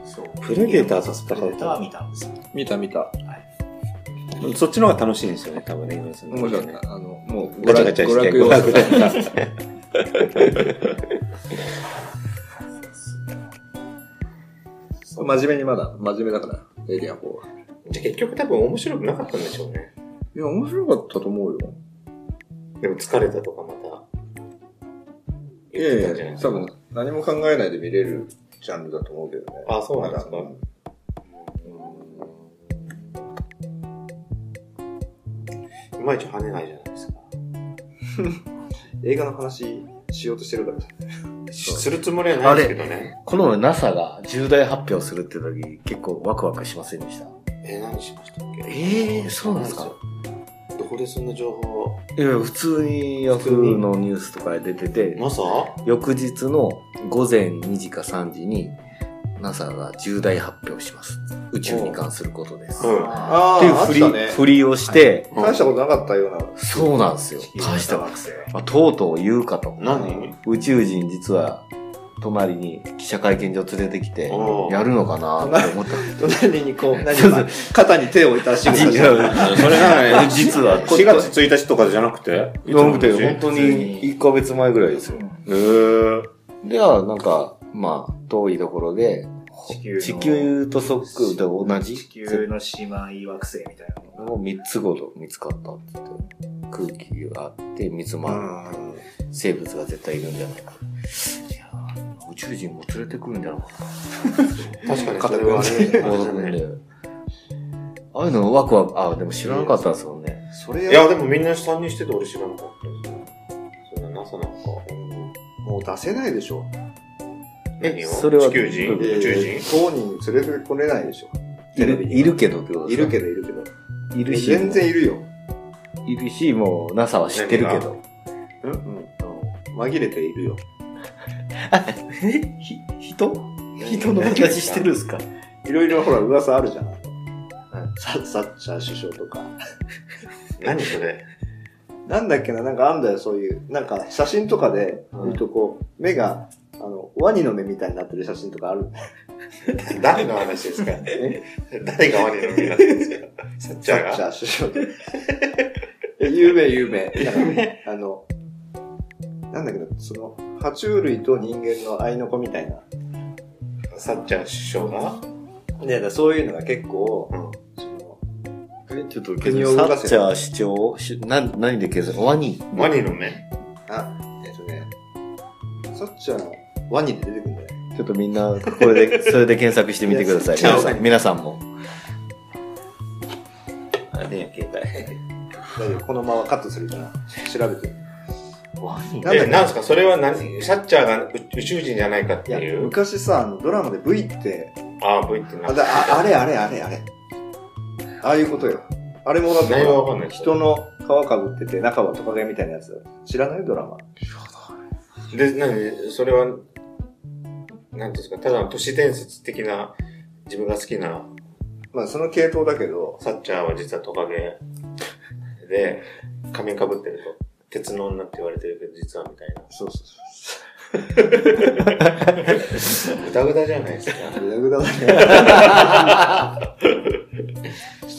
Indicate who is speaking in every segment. Speaker 1: ト。
Speaker 2: そう。
Speaker 1: プレデターと戦うと
Speaker 2: プレデターは見たんですよ。
Speaker 3: 見た見た。
Speaker 1: そっちの方が楽しいんですよね、多分ね、今さん。
Speaker 3: 面白かった。あの、もう、
Speaker 1: ガチャガチャして、
Speaker 3: 娯
Speaker 1: 娯
Speaker 3: 楽
Speaker 1: 楽
Speaker 3: 用
Speaker 1: だ
Speaker 3: 素
Speaker 1: った。
Speaker 3: 真面目にまだ、真面目だから、エリア4は。
Speaker 4: じゃあ結局多分面白くなかったんでしょうね。
Speaker 3: いや、面白かったと思うよ。
Speaker 4: でも疲れたとかまた。
Speaker 3: い
Speaker 4: 言って
Speaker 3: や
Speaker 4: たんじゃ
Speaker 3: や、
Speaker 4: ないいです
Speaker 3: 多
Speaker 4: か
Speaker 3: 分、何も考えないで見れるジャンルだと思うけどね。
Speaker 4: あそうなんですか
Speaker 3: まだ
Speaker 4: いまいち跳ねないじゃないですか。
Speaker 5: 映画の話しようとしてるから
Speaker 4: するつもりはないですけどね。
Speaker 1: この NASA が重大発表するって時、結構ワクワクしませんでした。
Speaker 4: えー、何しましたっけ
Speaker 1: ええそうなんですか
Speaker 4: どこでそんな情報を
Speaker 1: いや、普通にヤフーのニュースとかで出てて、
Speaker 4: ?NASA?
Speaker 1: 翌日の午前2時か3時に NASA が重大発表します。宇宙に関することです。っ
Speaker 4: うん。
Speaker 3: あ
Speaker 1: ていうふり、ふりをして、
Speaker 3: 大したことなかったような。
Speaker 1: そうなんですよ。大した
Speaker 2: 学生。
Speaker 1: まあ、とうとう言うかと。
Speaker 4: 何
Speaker 1: 宇宙人実は隣に記者会見場連れてきて
Speaker 4: お、う
Speaker 1: やるのかなって思った。
Speaker 3: 隣にこ う、何
Speaker 1: そうそ
Speaker 3: か
Speaker 1: う
Speaker 3: 肩に手を置いた仕草
Speaker 1: 実
Speaker 3: して
Speaker 1: は、それなの に、実は、
Speaker 3: 4月
Speaker 1: 1日とかじゃなくてじゃなくて、本当に1ヶ月前ぐらいですよ。では、なんか、まあ、遠いところで、
Speaker 2: 地球の
Speaker 1: 地球とそっくりと同じ
Speaker 2: 地球の姉妹惑星みたいなのが。
Speaker 1: を3つごと見つかったって言って空気があって水もある生物が絶対いるんじゃないかいやー宇宙人も連れてくるんじゃないか
Speaker 4: 確かにそれは
Speaker 1: な戻るん
Speaker 4: ね。
Speaker 1: でああいうのワクワクあでも知らなかったですもんね
Speaker 3: それ
Speaker 4: いや、でもみんな参入してて俺知らなかったですね。そんな NASA なんか。
Speaker 3: もう出せないでしょ。
Speaker 4: 何を
Speaker 1: それは
Speaker 4: 地球人宇宙人
Speaker 3: 当人連れてこれないでしょ。
Speaker 1: い
Speaker 3: テレビ
Speaker 1: るいるけどってこと
Speaker 3: いるけ
Speaker 1: ど
Speaker 3: どいるけど。
Speaker 1: いるし
Speaker 3: 全然いるよ。
Speaker 1: いるしもう NASA は知ってるけど
Speaker 3: うん紛れているよ。
Speaker 1: えひ人人の形してるんですか
Speaker 3: いろいろほら噂あるじゃん。ササッチャー首相と か。
Speaker 4: 何それ
Speaker 3: なんだっけな、なんかあんだよ、そういう。なんか写真とかで、割とこう、目が、あの、ワニの目みたいになってる写真とかある。
Speaker 4: 誰の話ですか誰が悪いのに なってんですかサッチャー
Speaker 3: サ
Speaker 4: が
Speaker 3: ッチャー首相。有名、有名。なんかあの、なんだけど、その、爬虫類と人間の愛の子みたいな。
Speaker 4: サッチャー首相が
Speaker 3: ねだからそういうのが結構、
Speaker 4: うん
Speaker 3: その、
Speaker 1: えちょっと
Speaker 3: 国を動かせ
Speaker 1: サッチャー市長しな何で検索ワニ
Speaker 4: ワニの目
Speaker 3: あ、えっとね、サッチャーのワニで出てくるんだよ。
Speaker 1: ちょっとみんな、これ で、それで検索してみてください。
Speaker 3: いや
Speaker 1: 皆さん、皆さんも。あれや、携
Speaker 3: 大丈夫、このままカットするから、調べて。
Speaker 1: 帯。ワニ
Speaker 3: なんだっ
Speaker 4: え、
Speaker 3: け
Speaker 4: なんすかそれは何サッチャーが宇宇宙人じゃないかって
Speaker 3: いや
Speaker 4: いう。
Speaker 3: 昔さ、あの、ドラマで V って、
Speaker 4: ああ、V ってな
Speaker 3: あ。だああれあれあれあれ。ああいうことよ。あれもだって
Speaker 4: 内容わかんない
Speaker 3: 人の皮かぶってて中はトカゲみたいなやつ。知らないドラマ。
Speaker 4: で、なに、それは、なんていうんですか、ただの都市伝説的な、自分が好きな、
Speaker 3: まあその系統だけど、
Speaker 4: サッチャーは実はトカゲで、仮面被ってると、鉄の女って言われてるけど、実はみたいな。
Speaker 3: そうそうそ
Speaker 4: ぐだぐだじゃないですか。
Speaker 3: う。グダグダだね。ちょ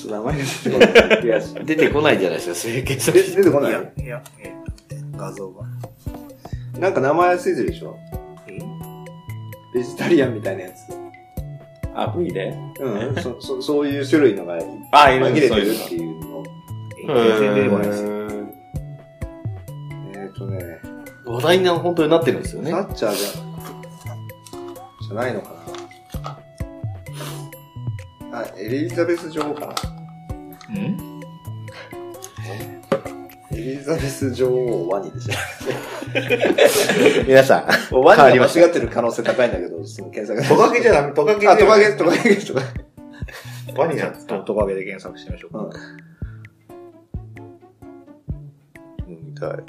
Speaker 3: っと
Speaker 1: 名前が出てこない。いや、
Speaker 3: 出てこないじゃないですか、整形
Speaker 1: 出
Speaker 3: 詐欺。
Speaker 1: 出てこないい
Speaker 6: や、いや、えー画像が。
Speaker 1: なんか名前ついてるでしょ
Speaker 6: え
Speaker 1: ベジタリアンみたいなやつ。
Speaker 7: あ、V で
Speaker 1: うん。そ、そ、そういう種類のが
Speaker 7: あ、いる
Speaker 1: 紛
Speaker 7: ん
Speaker 1: れ
Speaker 7: ですそう
Speaker 1: て
Speaker 7: い
Speaker 1: る
Speaker 7: う
Speaker 1: っていうのを。
Speaker 6: えー全然出てこないです。
Speaker 7: の。
Speaker 1: えっ、ー、とね、
Speaker 3: 話題にな本当になってるんですよね
Speaker 1: サ。ッチャーじゃ、じゃないのかな。あ、エリザベス女王かな。
Speaker 6: うん
Speaker 1: エリザベス女王ワニでし
Speaker 3: 皆さん。
Speaker 1: ょ。ワニ
Speaker 3: 変わり
Speaker 1: が
Speaker 3: まし
Speaker 1: 間
Speaker 3: た
Speaker 1: 違ってる可能性高いんだけど、その検索
Speaker 4: トカゲじゃダメ、トカゲじゃ
Speaker 1: あ、
Speaker 4: ダメ
Speaker 1: トカゲ、トカゲ、トカゲ。
Speaker 4: ワニなんです
Speaker 6: トトカゲで検索してみましょうか。
Speaker 1: うん。みたい。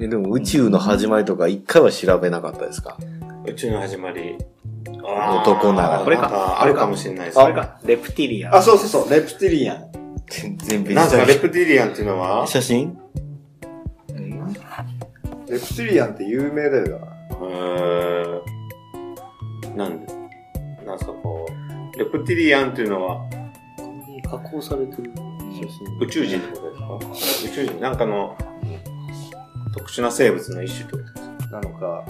Speaker 3: えでも宇宙の始まりとか一回は調べなかったですか
Speaker 4: 宇宙の始まり。
Speaker 3: 男なら
Speaker 4: これか。あるかもしれないです
Speaker 6: それ
Speaker 4: ね。
Speaker 6: か、レプティリアン。
Speaker 1: あ、そうそうそう、レプティリアン。
Speaker 3: 全然別
Speaker 4: なんすか、レ
Speaker 3: に。
Speaker 4: プティリアンっていうのは
Speaker 3: 写真
Speaker 6: うん
Speaker 1: レプティリアンって有名だよな。
Speaker 4: えーなんで、なんすか、こう、レプティリアンっていうのは
Speaker 8: 加工されてる。
Speaker 4: 宇宙人ってことですか宇宙人、なんかの特殊な生物の一種ってことです
Speaker 1: なのか、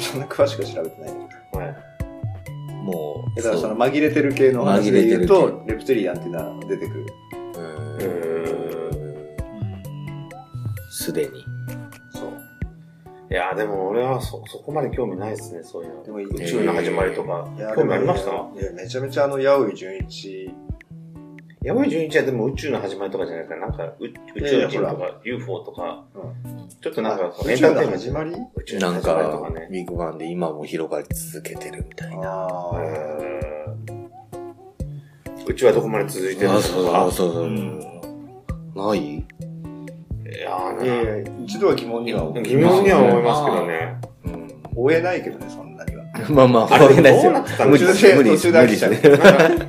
Speaker 1: そんな詳しくは調べてないんだ
Speaker 4: かはい。
Speaker 3: もう。
Speaker 1: けど。だからそ
Speaker 3: そう
Speaker 1: の紛れてる系の話で言う
Speaker 3: 紛
Speaker 1: と、レプティリアンっていうのは出てくる。
Speaker 3: う
Speaker 4: う
Speaker 3: ーんすでに。
Speaker 1: そう。
Speaker 4: いやーでも俺はそ、そこまで興味ないですね、そういうの。
Speaker 1: でもいい
Speaker 4: 宇宙の始まりとか
Speaker 1: いや、
Speaker 4: 興味ありました
Speaker 1: でもねいや、めちゃめちゃあの、八百純一、
Speaker 4: 山井純一はでも宇宙の始まりとかじゃないですか、なんかう宇宙人とか UFO とか、ちょっとなんかこう
Speaker 1: 宇宙の始ま
Speaker 4: り
Speaker 1: り
Speaker 4: 宇宙
Speaker 3: な
Speaker 4: の
Speaker 3: ん
Speaker 4: 始まりと
Speaker 3: か
Speaker 4: かね、。
Speaker 3: ビッグバンで今も広がり続けてるみたいな。
Speaker 1: あ
Speaker 4: う
Speaker 1: ー
Speaker 4: ーん宇宙はどこまで続いてるの
Speaker 3: あ、
Speaker 4: か
Speaker 3: そうそうそうそうう。
Speaker 6: ん
Speaker 3: ない
Speaker 4: いやー
Speaker 1: い
Speaker 4: ね
Speaker 1: やいや、一度は疑問には思う
Speaker 4: 疑問には思いますけどね。
Speaker 3: うん。
Speaker 1: 追えないけどね、そんなには。
Speaker 3: まあまあ、
Speaker 4: あ
Speaker 3: わか
Speaker 4: れ
Speaker 3: んないです
Speaker 4: どうな
Speaker 3: よ
Speaker 4: ってた。の
Speaker 3: 無理です。
Speaker 1: 途中で
Speaker 3: 無理で
Speaker 1: 途中
Speaker 3: す。
Speaker 1: で
Speaker 3: 無
Speaker 1: 飽
Speaker 3: 理
Speaker 1: きちゃう
Speaker 3: です。
Speaker 4: なんか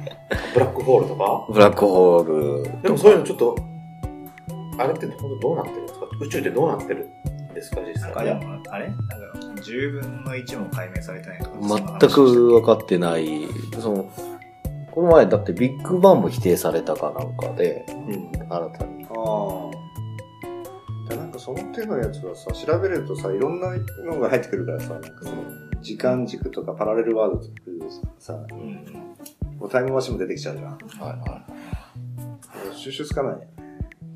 Speaker 4: ブラックホール とか
Speaker 3: ブラックホー
Speaker 4: でもそういうのちょっと、あれって本当どうなってるんですか宇宙ってどうなってるんですか実
Speaker 6: な
Speaker 4: 際
Speaker 6: ん。かでも、あれなんか、10分の1も解明されてないとか。そんな
Speaker 3: ル、
Speaker 6: 話
Speaker 3: 全く分かってない。その、この前だってビッグバンも否定されたかなんかで、
Speaker 4: うん
Speaker 3: 新たに。
Speaker 1: ああ。でなんかその手のやつはさ、調べるとさ、いろんなのが入ってくるからさ、なんかその時間軸とかパラレルワードとかさ、
Speaker 6: うん
Speaker 1: もうタイムマシンも出てきちゃうじゃん。も
Speaker 3: はいは
Speaker 1: う収集つかない。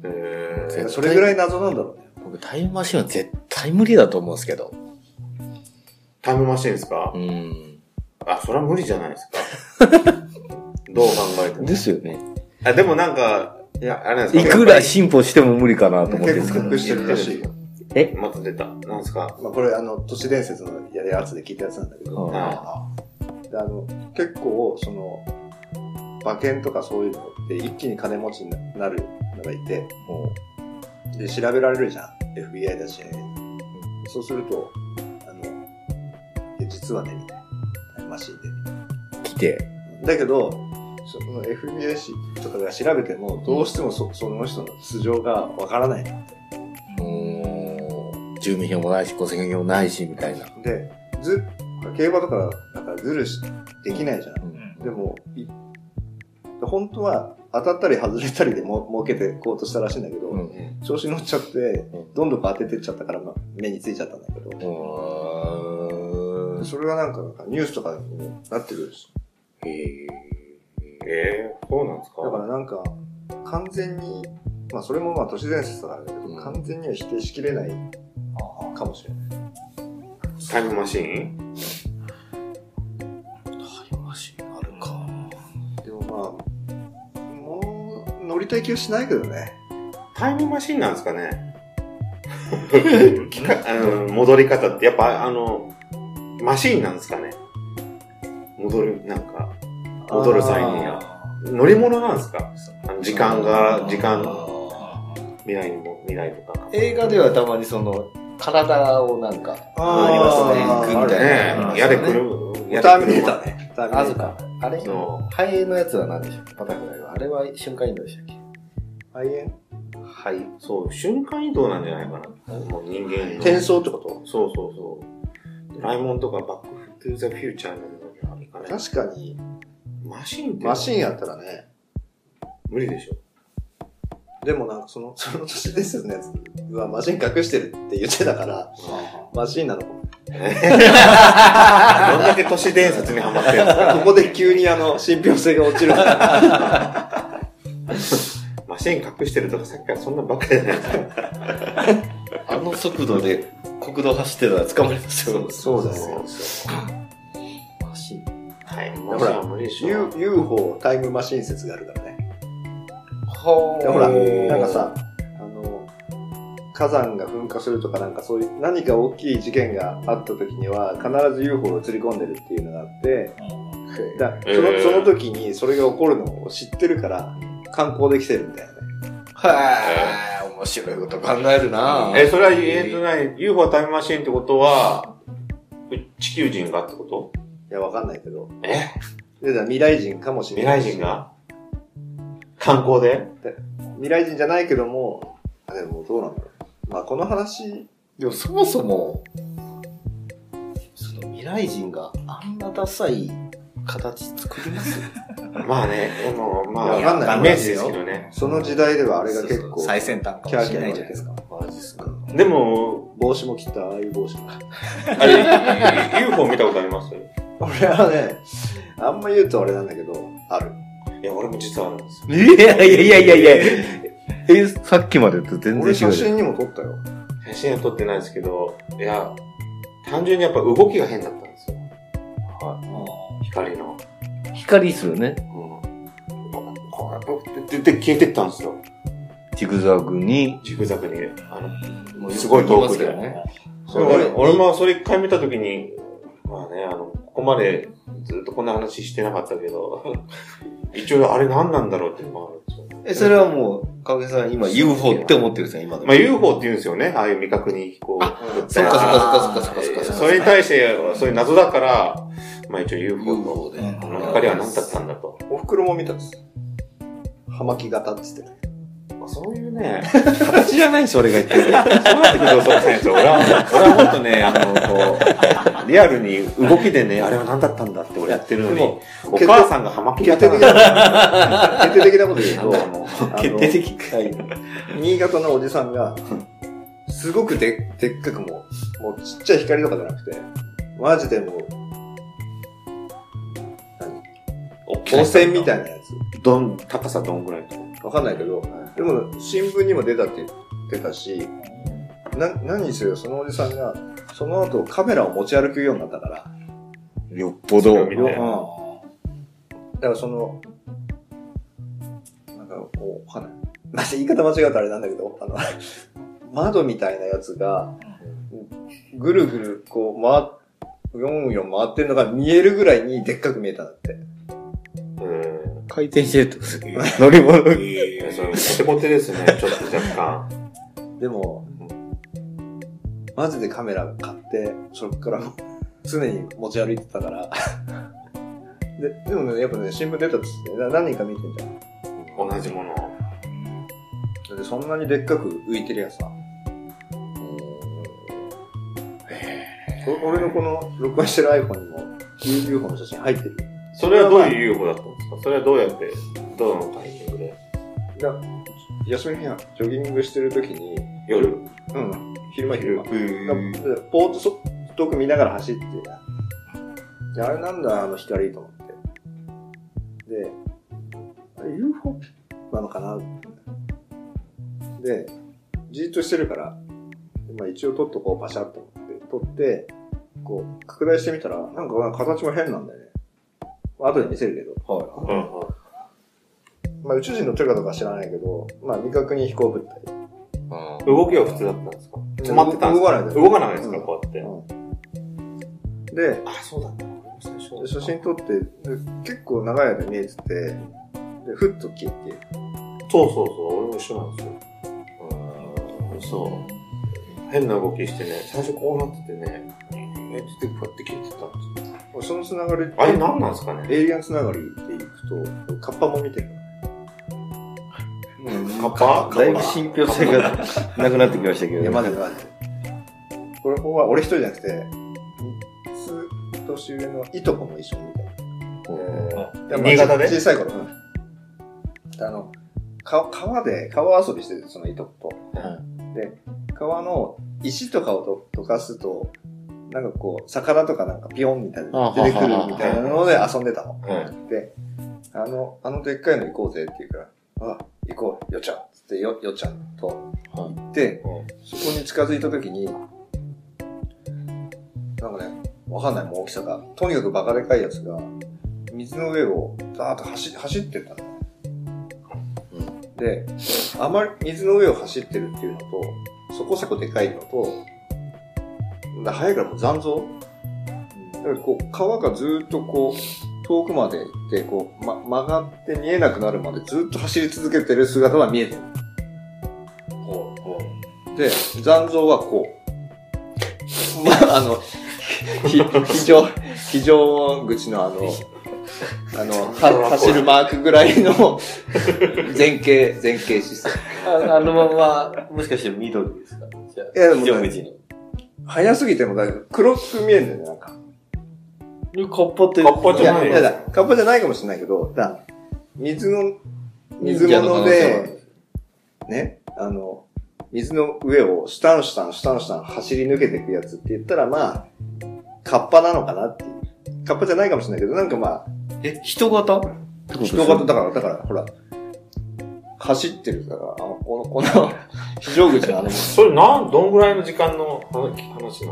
Speaker 4: え
Speaker 3: 絶
Speaker 4: ー
Speaker 3: 対
Speaker 1: それぐらい謎なんだろうね。
Speaker 3: い。僕、タイムマシンは絶対無理だと思うんですけど。
Speaker 4: タイムマシンですか
Speaker 3: うん。
Speaker 4: あ、それは無理じゃないですか。どう考えても。
Speaker 3: ですよね。
Speaker 4: あ、でもなんか、いや、あれなんで
Speaker 3: い
Speaker 4: すか。
Speaker 3: くら
Speaker 4: やっぱ
Speaker 3: 進歩しても無理かなと思ってるんで
Speaker 1: 結
Speaker 3: すけ
Speaker 1: 構
Speaker 3: ど。
Speaker 1: 隠してるらしいよ。
Speaker 3: え
Speaker 4: りまた出た。なんですか。
Speaker 1: まあこれあの、都市伝説のやつで聞いたやつなんだけど、
Speaker 3: はい
Speaker 4: あ
Speaker 1: であの結構、その、馬券とかそういうのって一気に金持ちになるのがいて、
Speaker 3: も
Speaker 1: で、調べられるじゃん。FBI だし、そうすると、あの、いや実はね、みたいな。タイムマシンで、みたいう
Speaker 3: 来て。
Speaker 1: な。だけど、その FBI 氏とかが調べても、どうしてもそその人の素性がわからない。
Speaker 3: もう、住民票もないし、戸籍票もないし、みたいな。
Speaker 1: で、ず、競馬とか、なんかずるし、できないじゃん。
Speaker 6: うん
Speaker 1: でも、い本当は当たったり外れたりでも儲けてこうとしたらしいんだけど、
Speaker 3: うん。
Speaker 1: 調子に乗っちゃって、どんどん当ててっちゃったから、まあ、目についちゃったんだけど。
Speaker 3: うーん。
Speaker 1: それはなんか、なんかニュースとかにもなってくるし。
Speaker 3: へえ。
Speaker 4: ーえー、そうなんですか
Speaker 1: だからなんか、完全に、まあそれもまあ都市伝説だからだけど、
Speaker 3: うん
Speaker 1: 完全には否定しきれないかもしれない。
Speaker 4: タイムマシン
Speaker 3: タイムマシンあるか。
Speaker 1: でもまあ、もう乗りたい気はしないけどね。
Speaker 4: タイムマシンなんですかね機械あの戻り方って、やっぱあの、マシンなんですかね戻る、なんか、戻る際に
Speaker 1: あ
Speaker 4: 乗り物なんですかあの時間が、時間、
Speaker 3: あ
Speaker 4: 未来にも、未来とか。
Speaker 3: ー映画ではたまにその、体をなんか、
Speaker 1: あ
Speaker 3: り
Speaker 1: ー
Speaker 3: ますね。行くみたいなのあ
Speaker 4: ね
Speaker 3: り
Speaker 4: え、や
Speaker 3: ます
Speaker 4: で
Speaker 3: よね。
Speaker 4: くる、
Speaker 1: ー
Speaker 4: や
Speaker 1: ターミネータ
Speaker 4: ね。
Speaker 1: ーね。ターミネ
Speaker 3: あず
Speaker 1: ーター
Speaker 3: か。あれ
Speaker 4: そ
Speaker 3: ハイエのやつは何でしょうバタフライは。あれは瞬間移動でしたっけ
Speaker 1: 肺炎
Speaker 4: はい。そう、瞬間移動なんじゃないかな。もう人間の。
Speaker 1: 転送ってこと
Speaker 4: そうそうそう。ドラえもんとかバックトゥーザフューチャーになるのにはいかかね。
Speaker 1: 確かに、
Speaker 4: マシンって。
Speaker 1: マシンやったらね、
Speaker 4: 無理でしょ。
Speaker 1: でもなんかその、その年ですよね、うわ、マシン隠してるって言ってたから、マシンなのかも。
Speaker 4: どんだけ都市伝説にハマってるんですか。
Speaker 1: ここで急にあの、信憑性が落ち る。
Speaker 4: マシン隠してるとかさっきからそんなばっかりじゃないですか。
Speaker 3: あの速度で国道走ってたら捕まりますよ。
Speaker 1: そうですよ。
Speaker 3: マシン。
Speaker 4: はい、も
Speaker 1: ほ
Speaker 4: う
Speaker 1: ら
Speaker 4: 無理でしょ
Speaker 1: U。UFO タイムマシン説があるからね。
Speaker 9: は
Speaker 1: でほら、なんかさ、あの、火山が噴火するとかなんかそういう何か大きい事件があった時には必ず UFO を映り込んでるっていうのがあって、だその
Speaker 4: えー
Speaker 1: その時にそれが起こるのを知ってるから観光できてるみたいなね。
Speaker 3: はい、面白いこと考えるな
Speaker 4: え、それは、えっと何 ?UFO タイムマシンってことは、地球人がってこと
Speaker 1: いや、わかんないけど。
Speaker 4: え
Speaker 1: でだから未来人かもしれ
Speaker 4: 未
Speaker 1: ない。
Speaker 4: 来人が観光で
Speaker 1: 未来人じゃないけども、あでもどうなんだろう。まあこの話、
Speaker 3: でもそもそも、その未来人があんなダサい形作ります
Speaker 4: まあね、でもまあ、
Speaker 1: いやわかんない
Speaker 4: イメージですけどね。
Speaker 1: その時代ではあれが結
Speaker 3: そう
Speaker 1: 構、
Speaker 10: 最先端か
Speaker 1: キ
Speaker 10: も
Speaker 1: ャー
Speaker 10: し
Speaker 1: キャ
Speaker 10: れ
Speaker 1: ー
Speaker 10: な
Speaker 1: 言
Speaker 10: いじ
Speaker 1: われ
Speaker 10: ゃない
Speaker 1: て
Speaker 10: で
Speaker 1: る
Speaker 10: すか。
Speaker 3: マジですか。
Speaker 4: でも、
Speaker 1: 帽子も切った、ああいう帽子。
Speaker 4: あれ、UFO 見たことありますい
Speaker 1: 俺はね、あんま言うとあれなんだけど、ある。
Speaker 4: や、俺も実はあるんですよ。
Speaker 3: いやいやいやいやいやえ、さっきまでと全
Speaker 1: 俺写真にも撮ったよ。
Speaker 4: 写真は撮ってないですけど、いや、単純にやっぱ動きが変だったんですよ。はい。光の。
Speaker 3: 光ですよね。
Speaker 4: うん。ここうやってでで消えてったんですよ。
Speaker 3: ジグザグに。
Speaker 4: ジグザグに。あの
Speaker 3: す
Speaker 4: ごい遠
Speaker 3: ま
Speaker 4: く
Speaker 3: す
Speaker 4: で
Speaker 3: よね。
Speaker 4: それ俺俺もそれ一回見たときに、まあね、あの、ここまでずっとこんな話してなかったけど、 一応あれ何なんだろうっていうのもあるんですよね。
Speaker 3: え、それはもう、かげさん今 UFO って思ってるんですよ、今でも
Speaker 4: まあ UFO って言うんですよね、ああいう未確認飛行。
Speaker 3: そっかそっかそっかそっかそっかそっか。
Speaker 4: それに対して、そういう謎だから、まあ一応 UFO
Speaker 3: UFO
Speaker 4: と、
Speaker 3: で。
Speaker 4: あの光は何だったんだと。
Speaker 1: お袋も見たんです。葉巻型って言ってた。
Speaker 4: まあ、そういうね、
Speaker 3: 形じゃないでしょ、俺が言ってる。
Speaker 4: そうなってくるとそうですね、俺は、俺はもっとね、あの、こう、リアルに動きでね、あれは何だったんだって俺やってるのに
Speaker 1: でも、
Speaker 4: お母さんがハマキ
Speaker 1: 決
Speaker 4: やっ
Speaker 1: 定
Speaker 4: た
Speaker 1: 的
Speaker 4: ん
Speaker 1: な、
Speaker 4: だ
Speaker 1: 決定的なこと言うと、あの
Speaker 3: 決定的かい。
Speaker 1: 新潟のおじさんが、すごくででっかくもう、もうちっちゃい光とかじゃなくて、マジでもう、
Speaker 4: 温
Speaker 1: 温
Speaker 4: 泉
Speaker 1: 泉
Speaker 4: み
Speaker 1: み
Speaker 4: たい
Speaker 1: た
Speaker 4: ない
Speaker 1: なやつ。
Speaker 4: どん、高さどんぐらいと
Speaker 1: わかんないけど、でも新聞にも出たって言ってたし、な、何にせよそのおじさんが、その後カメラを持ち歩くようになったから、
Speaker 3: よっぽど。
Speaker 4: それを見て
Speaker 1: だからその、なんかこう、わかんない。まあ、言い方間違うとあれなんだけど、あの、 窓みたいなやつが、ぐるぐるこう回っ、4、4回ってるのが見えるぐらいにでっかく見えたんだって。
Speaker 4: う
Speaker 3: 回転してると。 乗り物。
Speaker 4: ん。いや、それ、コテコテです ね、ちょっと若干。
Speaker 1: でも、マジでカメラ買って、それからも常に持ち歩いてたから。 で、でもね、やっぱね、新聞出たっつって、な何人か見てんじゃん。
Speaker 4: 同じものを。
Speaker 1: だってそんなにでっかく浮いてりゃさ。お俺のこの録画してる iPhone にも UFO の写真入ってる。
Speaker 4: それはどういう UFO だったんですかそれはどうやって、どのタイミングで
Speaker 1: だ休みの日はジョギングしてる時に、
Speaker 4: 夜
Speaker 1: うん、昼間昼間。
Speaker 4: うん。
Speaker 1: だからぼーっとそ遠く見ながら走って、であれなんだ、あの光と思って。で、あれ UFO なのかなで、じーっとしてるから、まあ、一応撮っとこう、パシャッと思って、撮って、こう、拡大してみたら、なんか形も変なんだよね。まあ後で見せるけど。
Speaker 4: うんうん
Speaker 1: まあ、宇宙人の手かとか知らないけど、まあ、未確認飛行物体。
Speaker 4: 動きは普通だったんですか止まってたんです
Speaker 1: 動かない
Speaker 4: か
Speaker 1: です
Speaker 4: 動かないですか
Speaker 1: うん
Speaker 4: こうやって。
Speaker 1: で、
Speaker 4: あ、そうだった。最
Speaker 1: で
Speaker 4: 初
Speaker 1: 写真撮って、で結構長い間見えてて、で、ふっと消えて、
Speaker 4: そうそうそう、俺も一緒なんですよ。そう。変な動きしてね、最初こうなっててね、え、出てくって消えてたんですよ。
Speaker 1: そのつながり、
Speaker 4: あれ何なんですかね
Speaker 1: エイリアンつながりでいくと、カッパも見てる。
Speaker 4: カッパ
Speaker 3: だいぶ信憑性がなくなってきましたけど。
Speaker 1: いや、マジでマジで。これここは俺一人じゃなくて、三つ年上のいとこも一緒に見てる。
Speaker 3: いやまあ
Speaker 4: 新潟で
Speaker 3: 小さい頃、うんあの、か川で、川遊びしてて、そのいとこと。で、川の石とかをと溶かすと、なんかこう、魚とかなんかピヨンみたいな
Speaker 1: あ
Speaker 3: 出てくる
Speaker 1: ははは
Speaker 3: みたいなので遊んでたの。
Speaker 4: うん
Speaker 3: で、あの、あのでっかいの行こうぜって言うから、あ、行こう、よちゃん。つってよ、よちゃんと行って、
Speaker 4: うん
Speaker 3: そこに近づいた時に、なんかね、わかんないもう大きさが。とにかくバカでかいやつが、水の上をザーッと走走ってったのね。で、あまり水の上を走ってるっていうのと、そこそこでかいのと、だ早いからもう残像だからこう、川がずーっとこう、遠くまで行って、こう、ま、曲がって見えなくなるまでずーっと走り続けてる姿が見えてる。で、残像はこう。まあ、あの、ひ非常、非常口のあの、あの、は走るマークぐらいの 前傾、前傾姿勢。
Speaker 11: ああのまま、もしかして緑ですかじゃ
Speaker 3: いやでも
Speaker 11: あ、上無地の。
Speaker 3: 早すぎてもだいぶ黒く見えるんだよね、なんか。
Speaker 11: えカッパって。
Speaker 4: カッパ
Speaker 3: い
Speaker 4: じゃ
Speaker 3: や、
Speaker 4: ない
Speaker 3: いやだ、カッパじゃないかもしれないけど、だ、水の、水
Speaker 11: 忍者の可
Speaker 3: 物
Speaker 11: 能性もあ
Speaker 3: で、ね、あの、水の上をシタンシタンシタンシタン走り抜けていくやつって言ったら、まあ、カッパなのかなっていう。カッパじゃないかもしれないけど、なんかまあ、
Speaker 11: え、人型
Speaker 3: 人型だから、だから、ほら、走ってる、だから、あの、この、この、非常口のあの、
Speaker 4: それなん、どんぐらいの時間の話話なんですか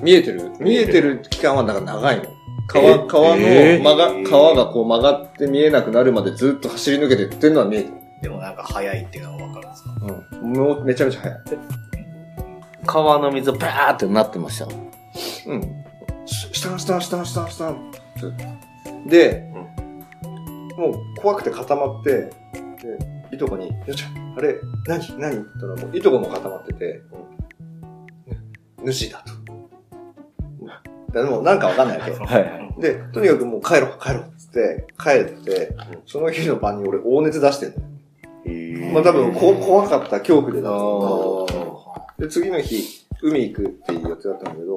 Speaker 3: 見えてる見えてる期間はだから長いの。川、川の曲が、川がこう曲がって見えなくなるまでずっと走り抜けてってるのは見えてる。
Speaker 2: でもなんか早いっていうのはわかるんですか
Speaker 3: うん。もうめちゃめちゃ早い。
Speaker 1: 川の水バーってなってました。
Speaker 3: うん。ししたんしたんしたんしたんしたんで、もう怖くて固まって、で、いとこに、よっちゃん、あれ、何何って言ったらもういとこも固まってて、ぬ主だと。でもなんかわかんないけど。
Speaker 1: はい。
Speaker 3: で、とにかくもう帰ろう、帰ろうっつって、帰って、その日の晩に俺大熱出してんの。
Speaker 4: へ
Speaker 3: まあ多分こ怖かった、恐怖でだと思うんだけど
Speaker 1: あ
Speaker 3: で、次の日、海行くっていう予定だったんだけど、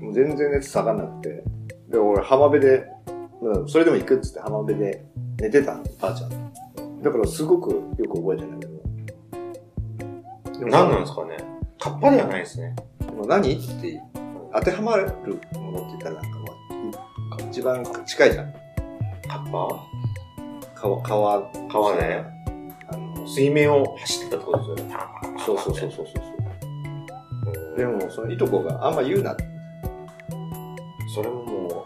Speaker 3: もう全然熱下がんなくて。で、俺浜辺で、うん、それでも行くっつって浜辺で寝てたの、ばあちゃん。だからすごくよく覚えてないんだけど。
Speaker 4: 何なんですかねカッパではないですね。
Speaker 3: でも何って当てはまるものって言ったらなんかまあ、一番近いじゃん。
Speaker 4: カッパ
Speaker 3: 川、川、
Speaker 4: 川ね。
Speaker 3: あの、
Speaker 4: 水面を走ってたってことですよね。パンパンパンパン
Speaker 3: そうそうそうそうそうそう。でも、そのいとこがあんま言うなって。
Speaker 4: それもも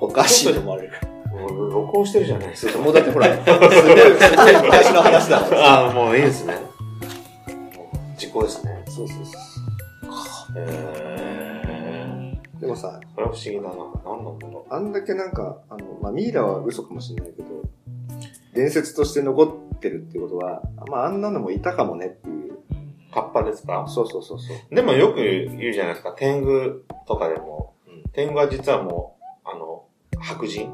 Speaker 3: おかしいと思わ れる。
Speaker 4: う、もう録音してるじゃないですか。
Speaker 3: もうだってほら、 すごい、すごい昔の話だもん。
Speaker 4: ああ、もういいですね。もう時効ですね。
Speaker 3: そうそうそ
Speaker 4: へえ。
Speaker 3: う。でもさ、
Speaker 4: それは不思議だな。何なんだろ
Speaker 3: あんだけなんか、あの、まあ、ミイラは嘘かもしれないけど、伝説として残ってるっていうことは、まあ、あんなのもいたかもねっていう。
Speaker 4: う。カッパですか
Speaker 3: そうそうそうそう。
Speaker 4: でもよく言うじゃないですか。天狗とかでも。天狗は実はもう、あの、白人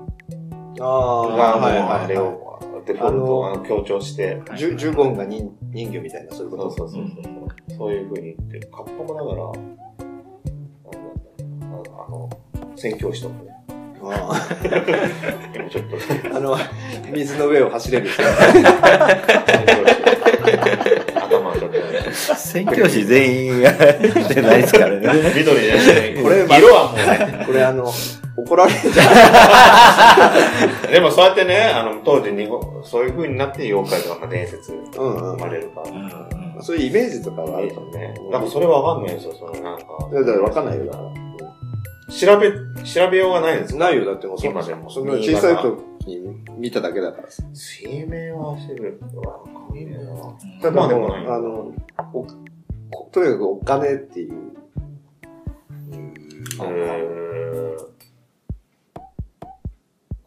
Speaker 3: あ
Speaker 4: がもうあれを、デフォルトをあの強調して、
Speaker 3: ジュジュゴンが人人魚みたいな、そういうこ
Speaker 4: そ
Speaker 3: と。
Speaker 4: うそうそうそう。そういうふうに言って、カッパもだから、なんだろうあの、宣教師とかね。
Speaker 3: あ
Speaker 4: でもちょっと、
Speaker 3: ーあの、水の上を走れる。
Speaker 4: 頭がちょっとね。
Speaker 1: 宣教師全員が出ないですからね。
Speaker 4: 緑じゃない。
Speaker 3: これ
Speaker 4: 色はもうね、
Speaker 3: これあの、怒られるじゃん。
Speaker 4: でもそうやってね、あの、当時に、そういう風になって妖怪とか伝説
Speaker 3: うんう
Speaker 4: 生
Speaker 3: ん
Speaker 4: まれるから。
Speaker 2: うん
Speaker 3: そういうイメージとかはあ
Speaker 4: いい
Speaker 3: る
Speaker 4: で
Speaker 3: と
Speaker 4: す
Speaker 3: 思う
Speaker 4: ね。なんかそれわかんないですよ、そのなんか。
Speaker 3: いやだからわかんないよだから
Speaker 4: 調べ、調べようがないです
Speaker 3: ないよ、だってもうそ
Speaker 4: 今でも
Speaker 3: そんな小さい時に見ただけだからさ。
Speaker 4: 水面を走るってわかんないな。
Speaker 3: ただ
Speaker 4: まあでもない
Speaker 3: あの、おことにかくお金っていう。
Speaker 4: うーん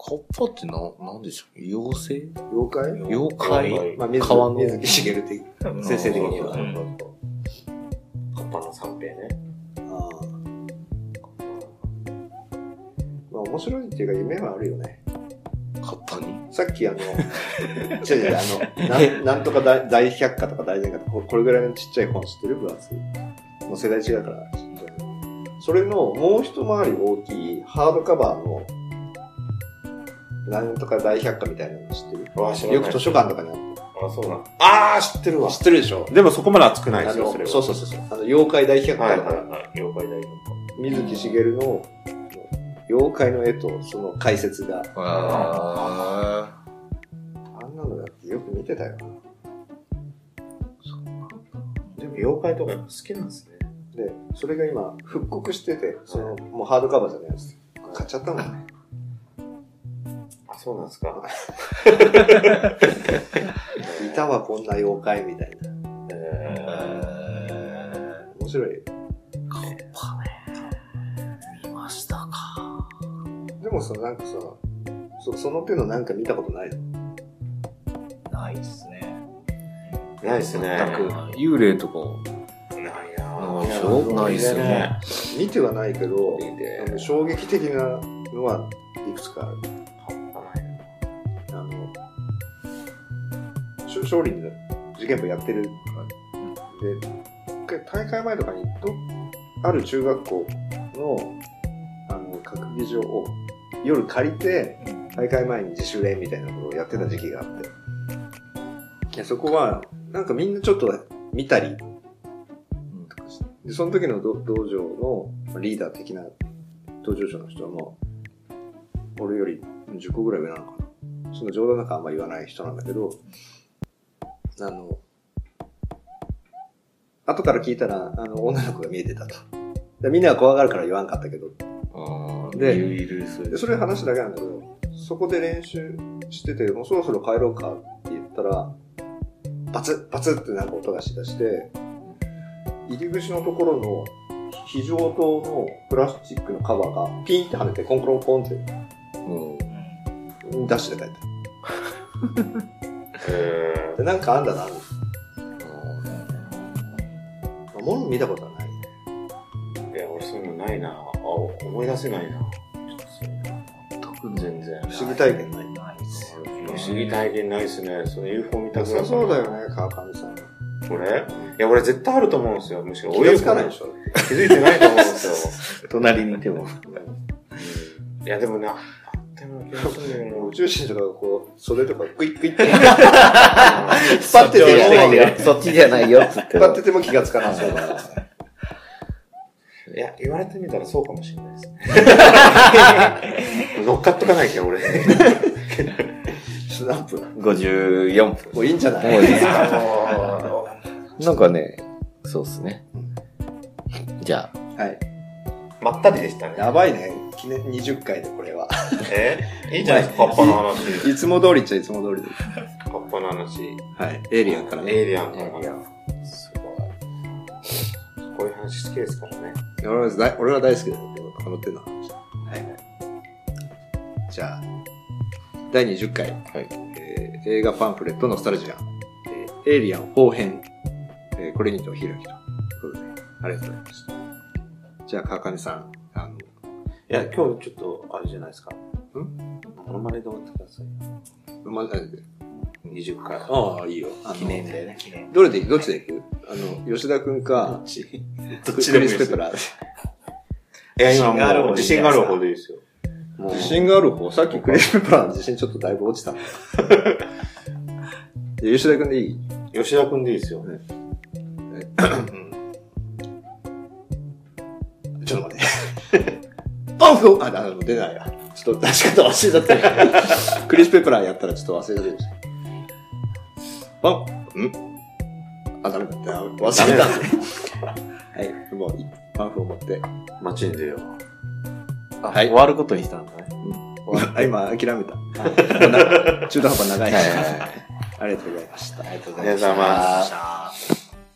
Speaker 1: カッパってな、なんでしょう妖精
Speaker 3: 妖怪
Speaker 1: 妖怪
Speaker 3: まあ、水
Speaker 1: 川の
Speaker 3: 水木しげる的。先生的には
Speaker 4: そうそうそうカッパの三平ね。
Speaker 3: ああ。まあ、面白いっていうか、夢はあるよね。
Speaker 1: カッパに
Speaker 3: さっ きあの、違う違う、あの、なんなん とか大大百科とか大善科とか、ここれぐらいのちっちゃい本知ってる分厚い。もう世代違うから知ってる。それのもう一回り大きいハードカバーの、なんとか大百科みたいなの知って
Speaker 4: わあ、知ら
Speaker 3: る
Speaker 4: ない。
Speaker 3: よく図書館とかにあって
Speaker 4: あ、そうなん。ああ、知ってるわ。
Speaker 3: 知ってるでしょ
Speaker 4: でもそこまで熱くない
Speaker 3: あ
Speaker 4: で
Speaker 3: の
Speaker 4: すよ、それは。
Speaker 3: そうそうそうそう。あの、妖怪大百科
Speaker 4: はい
Speaker 3: と
Speaker 4: はい
Speaker 3: か、
Speaker 4: はい。妖怪大丈
Speaker 3: 水木しげるの妖怪の絵とその解説が、
Speaker 1: あ
Speaker 3: あんなのだってよく見てたよ。
Speaker 4: 夫。でも妖怪とかやっぱ好きなんですね。
Speaker 3: で、それが今、復刻してて、その、もうハードカバーじゃないです。買っちゃったもんね。
Speaker 4: あ、そうなんですか。
Speaker 3: いたわ、こんな妖怪みたいな。
Speaker 1: ー。
Speaker 3: 面白い。
Speaker 1: 見ましたか。
Speaker 3: でもさ、なんかさ、そその手のなんか見たことないの
Speaker 2: ないっすね。
Speaker 4: ないですね。
Speaker 1: 全く
Speaker 4: な。
Speaker 1: 幽霊とかも
Speaker 4: いな
Speaker 1: な
Speaker 4: ぁ
Speaker 1: いでしょないですよね。
Speaker 3: 見てはないけど、
Speaker 1: で
Speaker 3: あの衝撃的なのはいくつかある。あの、しょ少林で事件部やってる。で、一回大会前とかに、どある中学校の、あの、格技場を夜借りて、大会前に自主練みたいなことをやってた時期があって。でそこは、なんかみんなちょっと見たり、で、その時のど道場のリーダー的な道場長の人も、俺より10個ぐらい上なのかな。その冗談なんかあんま言わない人なんだけど、あの、後から聞いたら、あの、女の子が見えてたと。でみんなが怖がるから言わんかったけど。
Speaker 1: うん
Speaker 3: で
Speaker 1: いるいる、それ
Speaker 3: で、それ話だけなんだけど、そこで練習してて、もうそろそろ帰ろうかって言ったら、バツッ、バツッってなんか音がしだして、入り口のところの非常灯のプラスチックのカバーがピンって跳ねてコンコロンコンって
Speaker 1: うん。
Speaker 3: 出して帰っ
Speaker 4: へ
Speaker 3: た。で、なんかあんだな、もの見たことはない。
Speaker 4: ぇいや、俺そういうのないなぁあ、思い出せないな全然。
Speaker 3: 不思議体験ない。
Speaker 2: ないっすよ。
Speaker 4: 不思議体験ないですね。その UFO 見たく
Speaker 3: そ
Speaker 4: な
Speaker 3: りゃ
Speaker 4: い。
Speaker 3: そうだよ。ね、川上さん。
Speaker 4: これいや、俺絶対あると思うんですよ。むしろ。
Speaker 3: 気がつかないでし
Speaker 4: ょ。
Speaker 3: ょ。
Speaker 4: 気づいてないと思うんです
Speaker 1: 隣にいても。
Speaker 4: よ。うんいや、でもな、あっても気がするんだよ
Speaker 3: 宇宙人とかがこう、袖とかクイックイって
Speaker 4: な。
Speaker 3: 引っ張ってても、引っ
Speaker 1: そっちじゃないよ、つって。
Speaker 3: 張ってても気がつかない。
Speaker 4: いや、言われてみたらそうかもしれない ですね。乗っかっとかないけど、俺。
Speaker 3: スナップ。も
Speaker 1: 54分。
Speaker 3: ういいんじゃない
Speaker 1: もういいですか
Speaker 4: は
Speaker 1: なんかね、そうっすね。じゃあ、
Speaker 3: はい。
Speaker 4: まったりでしたね。
Speaker 3: やばいね。記念20回でこれは。
Speaker 4: えいいじゃないですか、カッパの話。
Speaker 3: いつも通りっちゃいつも通りで。
Speaker 4: カッパの話。
Speaker 3: はい。エイリアンからね。
Speaker 4: エイリアンから
Speaker 1: エイリア
Speaker 4: ね。すごい。こういう話好きですからね。
Speaker 3: 俺は大俺は大好きだよ。この手の話。はいはい。じゃあ、第20回。
Speaker 1: はい
Speaker 3: えー映画パンフレットノスタルジア。えーエイリアン後編。えーこれにてお開きということで、ありがとうございました。じゃあ、川上さん、あの、
Speaker 12: いや、今日ちょっと、あれじゃないですか。んモノマネで終わってください。
Speaker 3: ま、あ
Speaker 12: 20回。
Speaker 3: ああ、いいよ。あの
Speaker 12: 記念でね。
Speaker 2: 記念
Speaker 3: どれでいくどっちでいくあの、吉田くんか、どっちでもいいです。
Speaker 4: いや、今
Speaker 12: 自信がある
Speaker 4: もう
Speaker 12: 方でいいんじゃないですか
Speaker 4: 自信がある方でいいですよ。
Speaker 12: もう
Speaker 3: 自信がある方、さっきクリス・ペプラーの自信ちょっ とだいぶ落ちた。で吉田君でいい
Speaker 4: 吉田くんでいいですよ。
Speaker 3: ちょっと待って。パンフあ、あの出ないわ。ちょっと出し方忘れちゃった。クリス・ペプラーやったらちょっと忘れちゃった。パン、んあ、ダメだった。忘れた。はい、もういい、パンフを持って。
Speaker 12: 街に出よう。あ、
Speaker 3: はい
Speaker 12: 終わることにしたんだね。
Speaker 3: あ今、諦めた。中途半端長い。
Speaker 1: はい。
Speaker 3: ありがとうございました。
Speaker 1: ありがとうございま
Speaker 4: ありがとうご
Speaker 1: す。
Speaker 4: ざいます。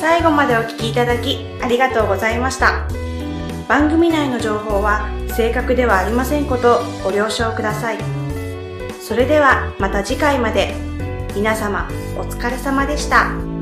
Speaker 13: 最後までお聞きいただきありがとうございました番組内の情報は正確ではありませんことをご了承くださいそれではまた次回まで皆様お疲れ様でした。